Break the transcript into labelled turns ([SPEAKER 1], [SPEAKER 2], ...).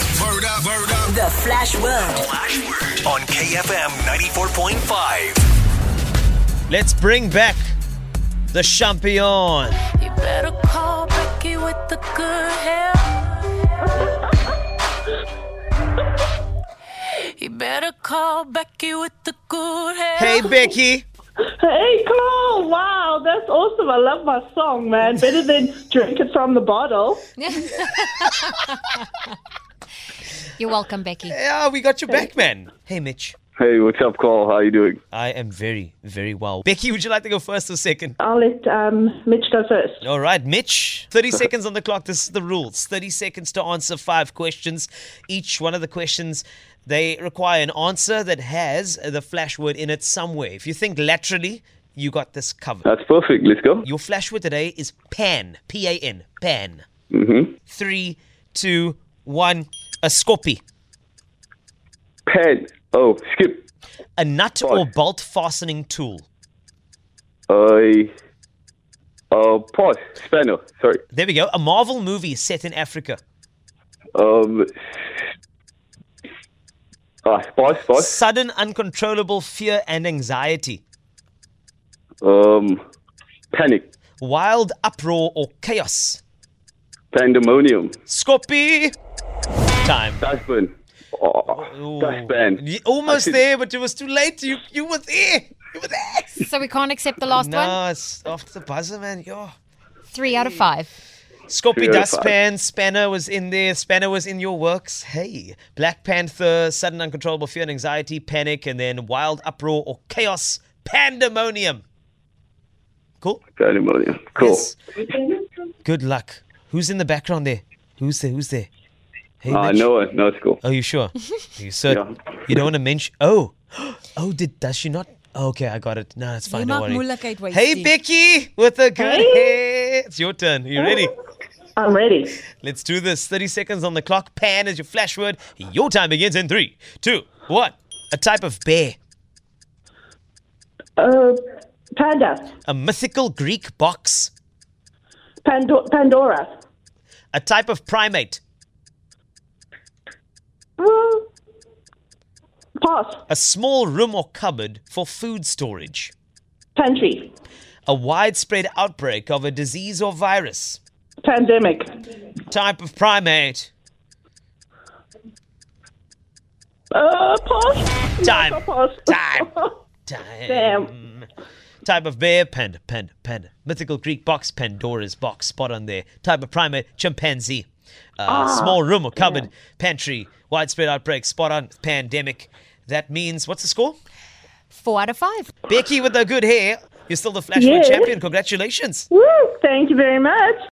[SPEAKER 1] Word up, word up.
[SPEAKER 2] The Flash Word.
[SPEAKER 3] Flash Word on KFM 94.5.
[SPEAKER 4] Let's bring back the champion.
[SPEAKER 5] You better call Becky with the good hair. You better call Becky with the good hair.
[SPEAKER 4] Hey, Becky.
[SPEAKER 6] Hey, Cole! Wow, that's awesome. I love my song, man. Better than drink it from the bottle.
[SPEAKER 7] You're welcome, Becky.
[SPEAKER 4] Yeah, we got your back, man. Hey, Mitch.
[SPEAKER 8] Hey, what's up, Carl? How you doing?
[SPEAKER 4] I am very, very well. Becky, would you like to go first or second?
[SPEAKER 6] I'll let um, Mitch go first.
[SPEAKER 4] All right, Mitch. 30 seconds on the clock. This is the rules. 30 seconds to answer five questions. Each one of the questions, they require an answer that has the flash word in it somewhere. If you think laterally, you got this covered.
[SPEAKER 8] That's perfect. Let's go.
[SPEAKER 4] Your flash word today is pan. P A N. Pan.
[SPEAKER 8] Mm-hmm.
[SPEAKER 4] Three, two, one. A scorpy.
[SPEAKER 8] Pen. Oh, skip.
[SPEAKER 4] A nut or bolt fastening tool.
[SPEAKER 8] I. Uh, pause. Spanner. Sorry.
[SPEAKER 4] There we go. A Marvel movie set in Africa.
[SPEAKER 8] Um. Ah, pause. Pause.
[SPEAKER 4] Sudden uncontrollable fear and anxiety.
[SPEAKER 8] Um. Panic.
[SPEAKER 4] Wild uproar or chaos.
[SPEAKER 8] Pandemonium.
[SPEAKER 4] Scorpy. Time.
[SPEAKER 8] Dustbin. Oh, dustbin.
[SPEAKER 4] You- almost
[SPEAKER 8] I should-
[SPEAKER 4] there, but it was too late. You you were there. You were there.
[SPEAKER 7] So we can't accept the last one.
[SPEAKER 4] No, it's after the buzzer, man. Yo.
[SPEAKER 7] Three out of five.
[SPEAKER 4] Scorpy
[SPEAKER 8] Terrified.
[SPEAKER 4] Dustpan, Spanner was in there, Spanner was in your works. Hey. Black Panther, sudden uncontrollable fear and anxiety, panic, and then wild uproar or chaos, pandemonium. Cool.
[SPEAKER 8] Pandemonium. Cool.
[SPEAKER 4] Yes. Good luck. Who's in the background there? Who's there? Who's there? Hey,
[SPEAKER 8] Ah,
[SPEAKER 4] Mitch.
[SPEAKER 8] no, it. No, it's cool.
[SPEAKER 4] Are you sure? Are you certain?
[SPEAKER 8] Yeah.
[SPEAKER 4] You don't want to mention. Oh, oh, did does she not? oh, Okay, I got it. No, it's fine. Don't worry. Hey, Becky, with a good hair. It's your turn. Are you ready?
[SPEAKER 6] I'm ready.
[SPEAKER 4] Let's do this. Thirty seconds on the clock. Pan is your flash word. Your time begins in three, two, one. A type of bear,
[SPEAKER 6] Uh, Panda.
[SPEAKER 4] a mythical Greek box,
[SPEAKER 6] Pando- Pandora.
[SPEAKER 4] a type of primate,
[SPEAKER 6] Uh, pass.
[SPEAKER 4] a small room or cupboard for food storage,
[SPEAKER 6] Pantry.
[SPEAKER 4] a widespread outbreak of a disease or virus,
[SPEAKER 6] Pandemic.
[SPEAKER 4] type of primate.
[SPEAKER 6] Uh, pass.
[SPEAKER 4] Time.
[SPEAKER 6] No, pass.
[SPEAKER 4] Time.
[SPEAKER 6] Damn.
[SPEAKER 4] Type of bear, panda, panda, panda. Mythical Greek box, Pandora's box. Spot on there. Type of primate, chimpanzee. Uh, small room or cupboard, pantry. Widespread outbreak, spot on. Pandemic. That means, what's the score?
[SPEAKER 7] Four out of five.
[SPEAKER 4] Becky with the good hair. You're still the Flash Word
[SPEAKER 6] Yes.
[SPEAKER 4] champion. Congratulations.
[SPEAKER 6] Woo, thank you very much.